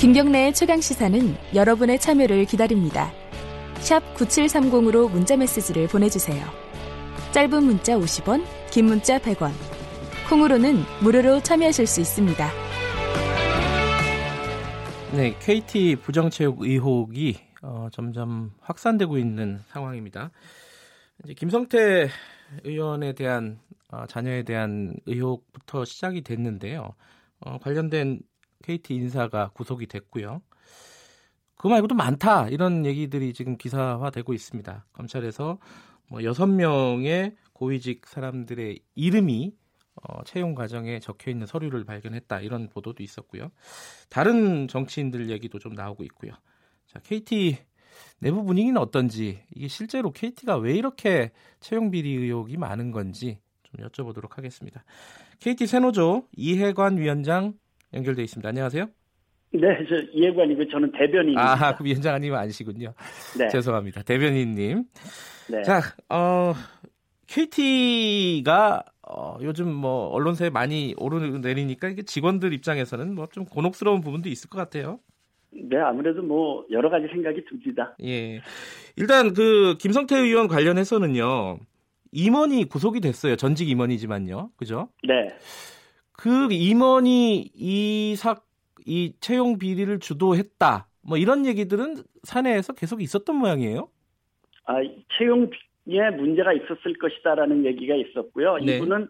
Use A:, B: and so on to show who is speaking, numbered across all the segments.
A: 김경래의 최강 시사는 여러분의 참여를 기다립니다. 샵 9730으로 문자 메시지를 보내주세요. 짧은 문자 50원, 긴 문자 100원. 콩으로는 무료로 참여하실 수 있습니다.
B: 네, KT 부정체육 의혹이 어, 점점 확산되고 있는 상황입니다. 이제 김성태 의원에 대한 어, 자녀에 대한 의혹부터 시작이 됐는데요. 어, 관련된 KT 인사가 구속이 됐고요. 그 말고도 많다 이런 얘기들이 지금 기사화되고 있습니다. 검찰에서 뭐 여섯 명의 고위직 사람들의 이름이 어, 채용 과정에 적혀 있는 서류를 발견했다 이런 보도도 있었고요. 다른 정치인들 얘기도 좀 나오고 있고요. 자, KT 내부 분위기는 어떤지 이게 실제로 KT가 왜 이렇게 채용 비리 의혹이 많은 건지 좀 여쭤보도록 하겠습니다. KT 새노조 이해관 위원장 연결돼 있습니다. 안녕하세요.
C: 네, 저 예관이고 저는 대변인입니다.
B: 아, 그 위원장님 아니시군요.
C: 네,
B: 죄송합니다. 대변인님.
C: 네.
B: 자, 어, KT가 어, 요즘 뭐 언론사에 많이 오르내리니까 이게 직원들 입장에서는 뭐 좀 곤혹스러운 부분도 있을 것 같아요.
C: 네, 아무래도 뭐 여러 가지 생각이 듭니다.
B: 예. 일단 그 김성태 의원 관련해서는요. 임원이 구속이 됐어요. 전직 임원이지만요. 그죠?
C: 네,
B: 그 임원이 이삭이 채용 비리를 주도했다. 뭐 이런 얘기들은 사내에서 계속 있었던 모양이에요.
C: 아, 채용에 문제가 있었을 것이다라는 얘기가 있었고요.
B: 네.
C: 이분은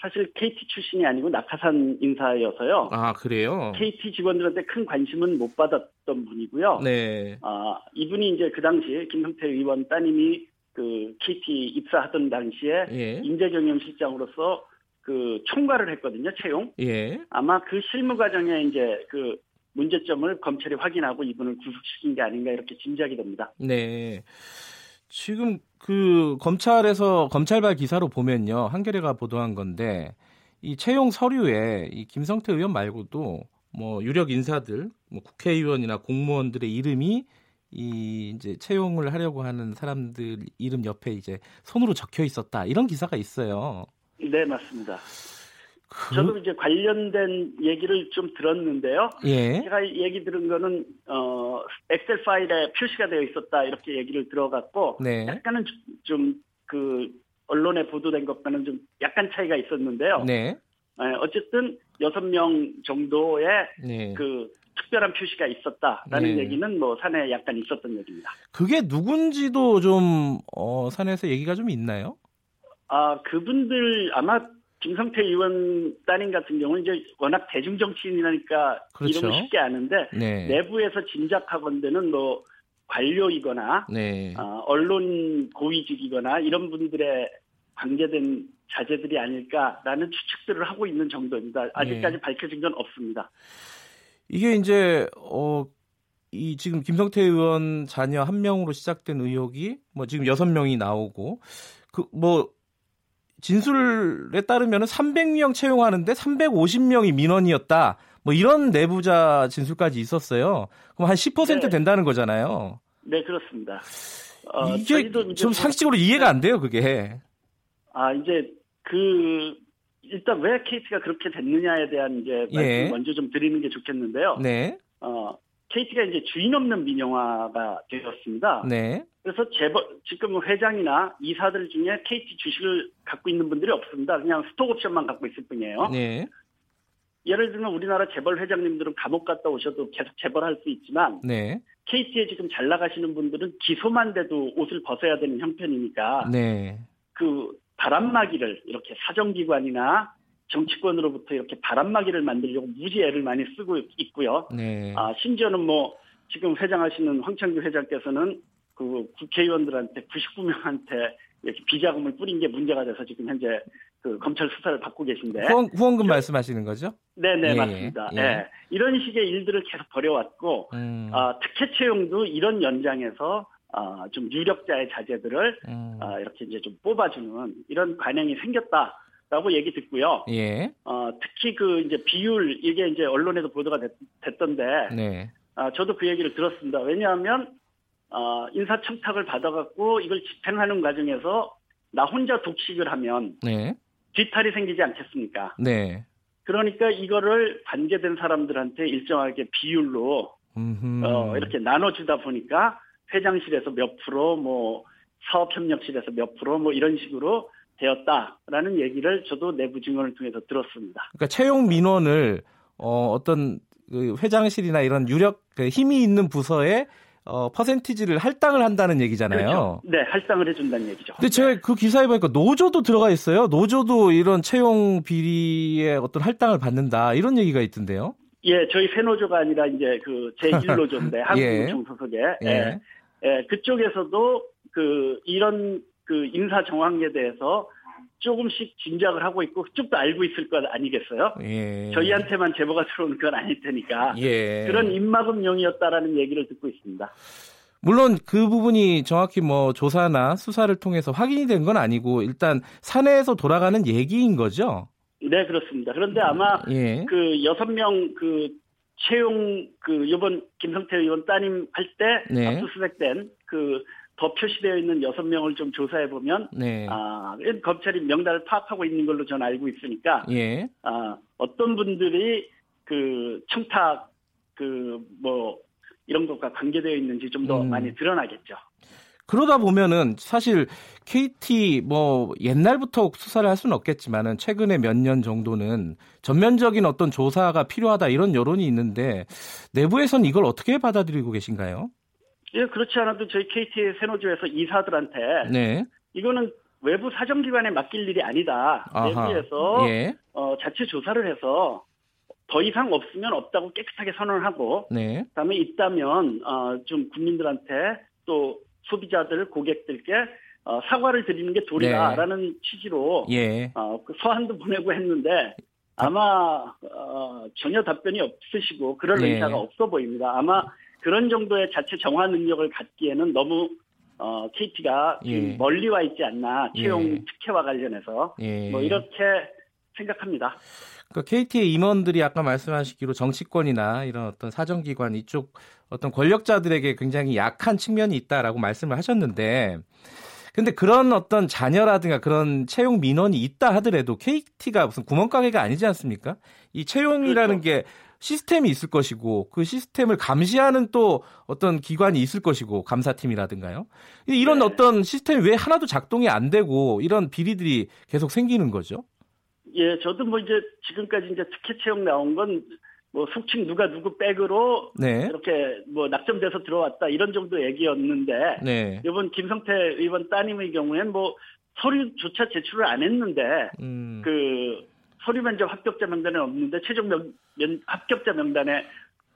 C: 사실 KT 출신이 아니고 낙하산 인사여서요.
B: 아, 그래요.
C: KT 직원들한테 큰 관심은 못 받았던 분이고요.
B: 네.
C: 아, 이분이 이제 그 당시에 김성태 의원 따님이 그 KT 입사하던 당시에
B: 예.
C: 인재경영실장으로서 그 총괄을 했거든요. 채용.
B: 예.
C: 아마 그 실무 과정에 이제 그 문제점을 검찰이 확인하고 이분을 구속시킨 게 아닌가 이렇게 짐작이 됩니다.
B: 네. 지금 그 검찰에서 검찰발 기사로 보면요. 한겨레가 보도한 건데 이 채용 서류에 이 김성태 의원 말고도 뭐 유력 인사들, 뭐 국회의원이나 공무원들의 이름이 이 이제 채용을 하려고 하는 사람들 이름 옆에 이제 손으로 적혀 있었다. 이런 기사가 있어요.
C: 네, 맞습니다.
B: 그-
C: 저도 이제 관련된 얘기를 좀 들었는데요.
B: 예.
C: 제가 얘기 들은 거는 어, 엑셀 파일에 표시가 되어 있었다 이렇게 얘기를 들어갔고
B: 네.
C: 약간은 좀 그 언론에 보도된 것과는 좀 약간 차이가 있었는데요.
B: 네.
C: 예, 어쨌든 여섯 명 정도의
B: 네.
C: 그 특별한 표시가 있었다라는
B: 네.
C: 얘기는 뭐 산에 약간 있었던 얘기입니다.
B: 그게 누군지도 좀 어, 산에서 얘기가 좀 있나요?
C: 아, 그분들 아마 김성태 의원 따님 같은 경우는 이제 워낙 대중 정치인이라니까
B: 그렇죠.
C: 이름을 쉽게 아는데
B: 네.
C: 내부에서 짐작하건대는 뭐 관료이거나
B: 네.
C: 아, 언론 고위직이거나 이런 분들의 관계된 자제들이 아닐까라는 추측들을 하고 있는
B: 네.
C: 정도입니다. 아직까지 밝혀진 건 없습니다.
B: 이게 이제 어, 이 지금 김성태 의원 자녀 한 명으로 시작된 의혹이 뭐 지금 여섯 명이 나오고 그 뭐 진술에 따르면은 300명 채용하는데 350명이 민원이었다. 뭐 이런 내부자 진술까지 있었어요. 그럼 한 10%
C: 네.
B: 된다는 거잖아요.
C: 네, 그렇습니다. 어,
B: 이게
C: 저희도 이제
B: 좀 상식적으로 이해가 안 돼요, 그게.
C: 아, 이제 그 일단 왜 KT가 그렇게 됐느냐에 대한 이제 말씀
B: 예.
C: 을 먼저 좀 드리는 게 좋겠는데요.
B: 네.
C: 어, KT가 이제 주인 없는 민영화가 되었습니다.
B: 네.
C: 그래서 재벌 지금 회장이나 이사들 중에 KT 주식을 갖고 있는 분들이 없습니다. 그냥 스톡옵션만 갖고 있을 뿐이에요.
B: 네.
C: 예를 들면 우리나라 재벌 회장님들은 감옥 갔다 오셔도 계속 재벌할 수 있지만
B: 네.
C: KT에 지금 잘 나가시는 분들은 기소만 돼도 옷을 벗어야 되는 형편이니까
B: 네.
C: 그 바람막이를 이렇게 사정기관이나 정치권으로부터 이렇게 바람막이를 만들려고 무지 애를 많이 쓰고 있고요.
B: 네.
C: 아, 심지어는 뭐 지금 회장하시는 황창규 회장께서는 그 국회의원들한테 99명한테 이렇게 비자금을 뿌린 게 문제가 돼서 지금 현재 그 검찰 수사를 받고 계신데.
B: 후원, 후원금 말씀하시는 거죠?
C: 네네,
B: 예, 예,
C: 맞습니다.
B: 예.
C: 네. 이런 식의 일들을 계속 벌여왔고,
B: 음.
C: 아, 특혜 채용도 이런 연장에서 아, 좀 유력자의 자제들을
B: 음.
C: 아, 이렇게 이제 좀 뽑아주는 이런 관행이 생겼다라고 얘기 듣고요.
B: 예.
C: 어, 특히 그 이제 비율 이게 이제 언론에도 보도가 됐, 던데
B: 네.
C: 저도 그 얘기를 들었습니다. 왜냐하면 어, 인사청탁을 받아갖고 이걸 집행하는 과정에서 나 혼자 독식을 하면
B: 네.
C: 뒤탈이 생기지 않겠습니까?
B: 네.
C: 그러니까 이거를 관계된 사람들한테 일정하게 비율로
B: 음흠.
C: 어, 이렇게 나눠주다 보니까 회장실에서 몇 프로, 뭐 사업협력실에서 몇 프로, 뭐 이런 식으로 되었다라는 얘기를 저도 내부 증언을 통해서 들었습니다.
B: 그러니까 채용 민원을 어, 어떤 그 회장실이나 이런 유력 그 힘이 있는 부서에 어, 퍼센티지를 할당을 한다는 얘기잖아요.
C: 그렇죠. 네, 할당을 해준다는 얘기죠.
B: 근데 제가 그 기사에 보니까 노조도 들어가 있어요. 노조도 이런 채용 비리의 어떤 할당을 받는다 이런 얘기가 있던데요.
C: 예, 저희 세노조가 아니라 이제 그 제1노조인데 한국노총 소속의
B: 예.
C: 예. 예, 그쪽에서도 그 이런 그 인사 정황에 대해서 조금씩 진작을 하고 있고 그쪽도 알고 있을 것 아니겠어요?
B: 예.
C: 저희한테만 제보가 들어오는 건 아닐 테니까
B: 예.
C: 그런 입마금용이었다라는 얘기를 듣고 있습니다.
B: 물론 그 부분이 정확히 뭐 조사나 수사를 통해서 확인이 된 건 아니고 일단 사내에서 돌아가는 얘기인 거죠.
C: 네, 그렇습니다. 그런데 아마
B: 예.
C: 그 여섯 명 그 채용 그 이번 김성태 의원 따님 할 때
B: 네.
C: 압수수색된 그 더 표시되어 있는 여섯 명을 좀 조사해 보면
B: 네.
C: 아, 검찰이 명단을 파악하고 있는 걸로 저는 알고 있으니까
B: 예.
C: 아, 어떤 분들이 그 청탁 그 뭐 이런 것과 관계되어 있는지 좀 더
B: 음.
C: 많이 드러나겠죠.
B: 그러다 보면은 사실 KT 뭐 옛날부터 수사를 할 수는 없겠지만은 최근에 몇 년 정도는 전면적인 어떤 조사가 필요하다 이런 여론이 있는데 내부에선 이걸 어떻게 받아들이고 계신가요?
C: 예, 그렇지 않아도 저희 KT 세노조에서 이사들한테
B: 네.
C: 이거는 외부 사정기관에 맡길 일이 아니다.
B: 아하.
C: 내부에서
B: 예.
C: 어, 자체 조사를 해서 더 이상 없으면 없다고 깨끗하게 선언을 하고
B: 네.
C: 그다음에 있다면 어, 좀 국민들한테 또 소비자들 고객들께 어, 사과를 드리는 게 도리다라는 취지로
B: 네. 예.
C: 어, 그 서한도 보내고 했는데 아마 어, 전혀 답변이 없으시고 그럴
B: 네.
C: 의사가 없어 보입니다. 아마 그런 정도의 자체 정화 능력을 갖기에는 너무 어, KT가
B: 예.
C: 멀리 와 있지 않나 채용
B: 예.
C: 특혜와 관련해서
B: 예.
C: 뭐 이렇게 생각합니다.
B: 그러니까 KT의 임원들이 아까 말씀하시기로 정치권이나 이런 어떤 사정기관 이쪽 어떤 권력자들에게 굉장히 약한 측면이 있다라고 말씀을 하셨는데 근데 그런 어떤 자녀라든가 그런 채용 민원이 있다 하더라도 KT가 무슨 구멍가게가 아니지 않습니까? 이
C: 그렇죠.
B: 채용이라는 게 시스템이 있을 것이고 그 시스템을 감시하는 또 어떤 기관이 있을 것이고 감사팀이라든가요. 이- 이런
C: 네.
B: 어떤 시스템이 왜 하나도 작동이 안 되고 이런 비리들이 계속 생기는 거죠?
C: 예, 저도 뭐 이제 지금까지 이제 특혜 채용 나온 건 뭐 속칭 누가 누구 백으로
B: 네.
C: 이렇게 뭐 낙점돼서 들어왔다 이런 정도 얘기였는데
B: 네.
C: 이번 김성태 의원 따님의 경우엔 뭐 서류조차 제출을 안 했는데
B: 음.
C: 그 서류 면접 합격자 명단에 없는데 최종 명, 면- 합격자 명단에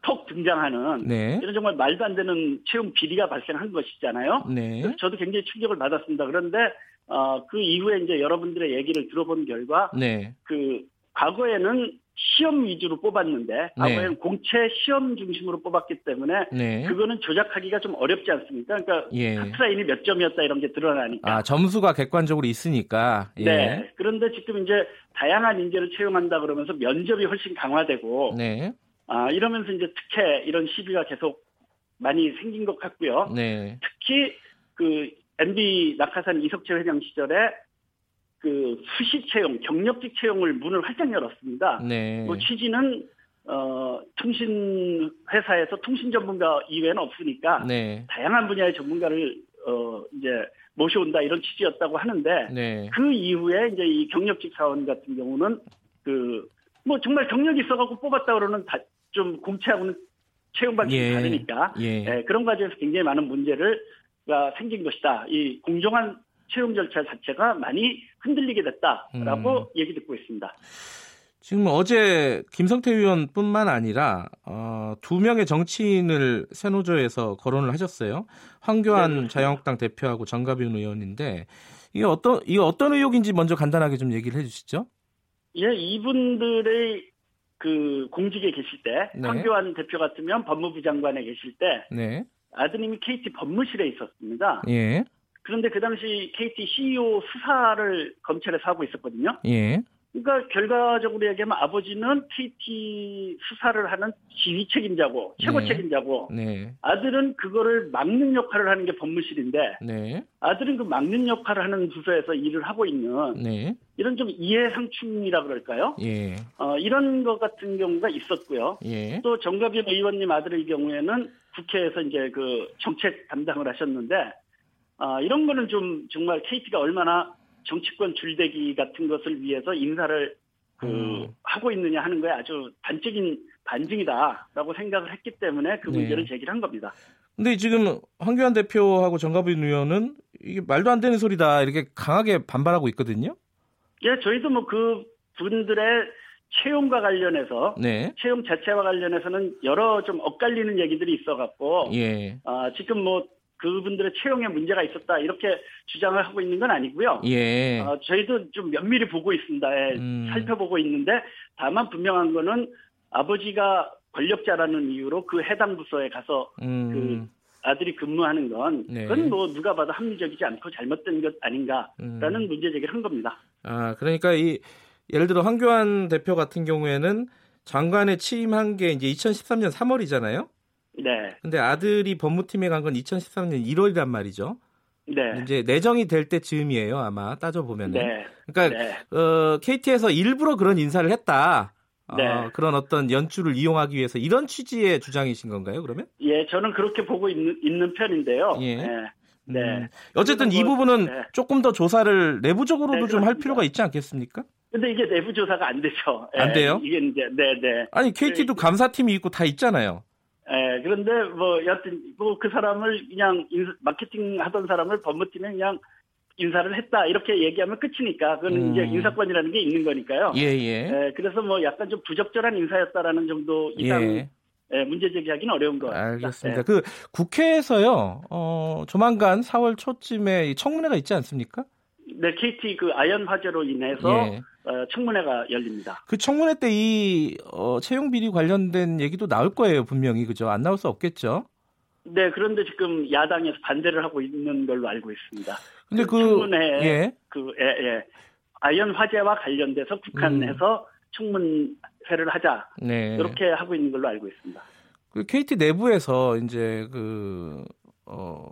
C: 턱 등장하는
B: 네.
C: 이런 정말 말도 안 되는 채용 비리가 발생한 것이잖아요.
B: 네.
C: 그래서 저도 굉장히 충격을 받았습니다. 그런데 어, 그 이후에 이제 여러분들의 얘기를 들어본 결과
B: 네.
C: 그 과거에는 시험 위주로 뽑았는데 과거에는 공채 시험 중심으로 뽑았기 때문에
B: 네.
C: 그거는 조작하기가 좀 어렵지 않습니까? 그러니까
B: 예.
C: 학사인이 몇 점이었다 이런 게 드러나니까.
B: 아, 점수가 객관적으로 있으니까. 예.
C: 네. 그런데 지금 이제 다양한 인재를 채용한다 그러면서 면접이 훨씬 강화되고
B: 네.
C: 아, 이러면서 이제 특혜 이런 시비가 계속 많이 생긴 것 같고요.
B: 네.
C: 특히 그 MB 낙하산 이석채 회장 시절에 그 수시 채용, 경력직 채용을 문을 활짝 열었습니다.
B: 네.
C: 뭐 취지는 어, 통신 회사에서 통신 전문가 이외는 없으니까
B: 네.
C: 다양한 분야의 전문가를 어, 이제 모셔온다 이런 취지였다고 하는데
B: 네.
C: 그 이후에 이제 이 경력직 사원 같은 경우는 그 뭐 정말 경력이 있어갖고 뽑았다 그러는 다, 좀 공채하고는 채용 방식이
B: 예.
C: 다르니까
B: 예.
C: 예, 그런 과정에서 굉장히 많은 문제가 생긴 것이다. 이 공정한 채용 절차 자체가 많이 흔들리게 됐다라고
B: 음.
C: 얘기 듣고 있습니다.
B: 지금 어제 김성태 의원뿐만 아니라 어, 두 명의 정치인을 세노조에서 거론을 하셨어요.
C: 네,
B: 황교안
C: 그렇습니다.
B: 자유한국당 대표하고 정가빈 의원인데 이게 어떤 이게 어떤 의혹인지 먼저 간단하게 좀 얘기를 해 주시죠.
C: 예, 이분들의 그 공직에 계실 때
B: 네.
C: 황교안 대표 같으면 법무부 장관에 계실 때
B: 네.
C: 아드님이 KT 법무실에 있었습니다.
B: 예.
C: E 그런데 그 당시 KT CEO 수사를 검찰에서 하고 있었거든요.
B: 예.
C: 근데 그러니까 결과적으로 얘기하면 아버지는 KT 수사를 하는 지휘 책임자고 최고
B: 네.
C: 책임자고
B: 네.
C: 아들은 그거를 막는 역할을 하는 게 법무실인데
B: 네.
C: 아들은 그 막는 역할을 하는 부서에서 일을 하고 있는
B: 네.
C: 이런 좀 이해상충이라 그럴까요?
B: 예.
C: 어, 이런 것 같은 경우가 있었고요.
B: 예.
C: 또 정가빈 의원님 아들의 경우에는 국회에서 이제 그 정책 담당을 하셨는데 아, 이런 거는 좀 정말 KT가 얼마나 정치권 줄대기 같은 것을 위해서 인사를 그
B: 음.
C: 하고 있느냐 하는 거에 아주 단적인 반증이다라고 생각을 했기 때문에 그
B: 네.
C: 문제를 제기를 한 겁니다.
B: 근데 지금 황교안 대표하고 정가빈 의원은 이게 말도 안 되는 소리다 이렇게 강하게 반발하고 있거든요.
C: 예, 저희도 뭐 그 분들의 채용과 관련해서
B: 네.
C: 채용 자체와 관련해서는 여러 좀 엇갈리는 얘기들이 있어갖고
B: 예.
C: 아, 지금 뭐 그분들의 채용에 문제가 있었다 이렇게 주장을 하고 있는 건 아니고요.
B: 예.
C: 어, 저희도 좀 면밀히 보고 있습니다. 예,
B: 음.
C: 살펴보고 있는데 다만 분명한 거는 아버지가 권력자라는 이유로 그 해당 부서에 가서
B: 음.
C: 그 아들이 근무하는 건
B: 네.
C: 그건 뭐 누가 봐도 합리적이지 않고 잘못된 것 아닌가라는
B: 음.
C: 문제 제기를 한 겁니다.
B: 아, 그러니까 이 예를 들어 황교안 대표 같은 경우에는 장관에 취임한 게 이제 2013년 3월이잖아요.
C: 네,
B: 근데 아들이 법무팀에 간 건 2013년 1월이란 말이죠.
C: 네,
B: 이제 내정이 될 때 즈음이에요, 아마 따져 보면은.
C: 네,
B: 그러니까
C: 네,
B: 어, KT에서 일부러 그런 인사를 했다. 어,
C: 네.
B: 그런 어떤 연출을 이용하기 위해서 이런 취지의 주장이신 건가요, 그러면?
C: 예, 저는 그렇게 보고 있는, 있는 편인데요.
B: 예.
C: 예, 네.
B: 음. 어쨌든 이
C: 그리고 뭐-
B: 부분은
C: 네.
B: 조금 더 조사를 내부적으로도
C: 네,
B: 좀 할
C: 그렇습니다.
B: 필요가 있지 않겠습니까?
C: 근데 이게 내부 조사가 안 되죠. 예,
B: 안 돼요?
C: 이게 이제 네, 네.
B: 아니, KT도 감사팀이 있고 다 있잖아요.
C: 예, 그런데 뭐 여하튼 뭐 그 사람을 그냥 인- 마케팅 하던 사람을 법무팀에 그냥 인사를 했다 이렇게 얘기하면 끝이니까 그거는
B: 음.
C: 이제 인사권이라는 게 있는 거니까요.
B: 예, 예.
C: 예, 그래서 뭐 약간 좀 부적절한 인사였다라는 네. 정도 이상
B: 예.
C: 예, 문제 제기하기는 어려운 거 같습니다.
B: 알겠습니다. 그 국회에서요, 어, 조만간 4월 초쯤에 이 청문회가 있지 않습니까?
C: 예. 네, KT 그 아연 화재로 인해서
B: 예.
C: 어, 청문회가 열립니다.
B: 그 청문회 때 이 어, 채용 비리 관련된 얘기도 나올 거예요, 분명히 그죠? 안 나올 수 없겠죠.
C: 네, 그런데 지금 야당에서 반대를 하고 있는 걸로 알고 있습니다.
B: 근데
C: 그
B: 그
C: 청문회
B: 예.
C: 그, 예, 예. 아연 화재와
B: 음.
C: 관련돼서 북한에서 청문회를 하자.
B: 네.
C: 이렇게 하고 있는 걸로 알고 있습니다.
B: 그 KT 내부에서 이제 그 어.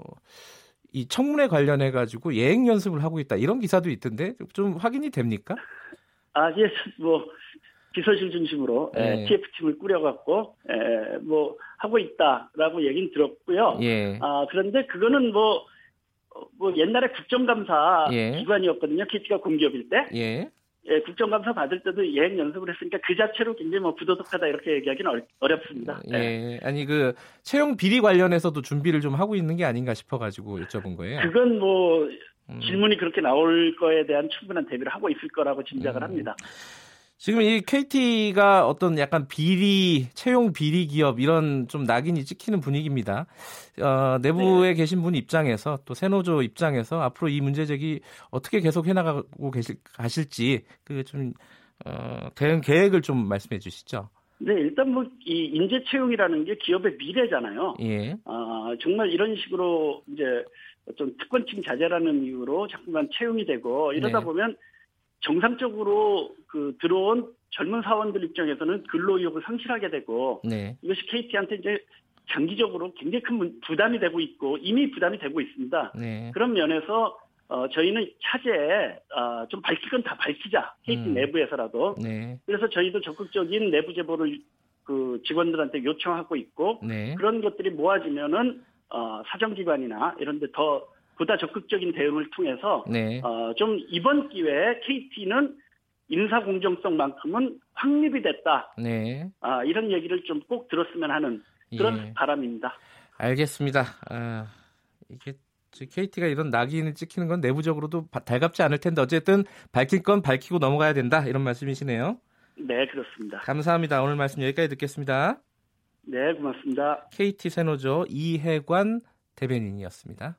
B: 이 청문회 관련해 가지고 예행 연습을 하고 있다 이런 기사도 있던데 좀 확인이 됩니까?
C: 아, 예, 뭐, 비서실 중심으로 예,
B: 네.
C: TF팀을 꾸려갖고, 에, 뭐, 하고 있다라고 얘기는 들었고요.
B: 예.
C: 아, 그런데 그거는 뭐, 어, 뭐 옛날에 국정감사
B: 예.
C: 기관이었거든요. KT가 공기업일 때.
B: 예.
C: 예, 국정감사 받을 때도 예행 연습을 했으니까 그 자체로 굉장히 뭐 부도덕하다 이렇게 얘기하기는 어렵, 어렵습니다. 예.
B: 예. 아니 그 채용 비리 관련해서도 준비를 좀 하고 있는 게 아닌가 싶어 가지고 여쭤본 거예요.
C: 그건 뭐
B: 음.
C: 질문이 그렇게 나올 거에 대한 충분한 대비를 하고 있을 거라고 짐작을
B: 음.
C: 합니다.
B: 지금 이 KT가 어떤 약간 비리 채용 비리 기업 이런 좀 낙인이 찍히는 분위기입니다. 어, 내부에 계신 분 입장에서 또 새노조 입장에서 앞으로 이 문제 제기 어떻게 계속 해나가고 계실 가실지 그 좀 어, 대응 계획을 좀 말씀해 주시죠.
C: 네, 일단 뭐 이 인재 채용이라는 게 기업의 미래잖아요.
B: 예,
C: 아, 정말 이런 식으로 이제 어떤 특권층 자제라는 이유로 자꾸만 채용이 되고 이러다
B: 네.
C: 보면 정상적으로 그 들어온 젊은 사원들 입장에서는 근로 의욕을 상실하게 되고
B: 네,
C: 이것이 KT한테 이제 장기적으로 굉장히 큰 문- 부담이 되고 있고 이미 부담이 되고 있습니다.
B: 네,
C: 그런 면에서 어, 저희는 차제에 아, 좀 밝힐 건 다 밝히자 KT
B: 음.
C: 내부에서라도
B: 네,
C: 그래서 저희도 적극적인 내부 제보를 그 직원들한테 요청하고 있고
B: 네.
C: 그런 것들이 모아지면은 어, 사정기관이나 이런데 더 보다 적극적인 대응을 통해서
B: 네.
C: 어, 좀 이번 기회에 KT는 인사 공정성만큼은 확립이 됐다
B: 네.
C: 아, 이런 얘기를 좀 꼭 들었으면 하는 그런
B: 예.
C: 바람입니다.
B: 알겠습니다. 아, 이게 KT가 이런 낙인을 찍히는 건 내부적으로도 바- 달갑지 않을 텐데 어쨌든 밝힐 건 밝히고 넘어가야 된다 이런 말씀이시네요.
C: 네 그렇습니다.
B: 감사합니다. 오늘 말씀 여기까지 듣겠습니다.
C: 네 고맙습니다.
B: KT 세노조 이해관 대변인이었습니다.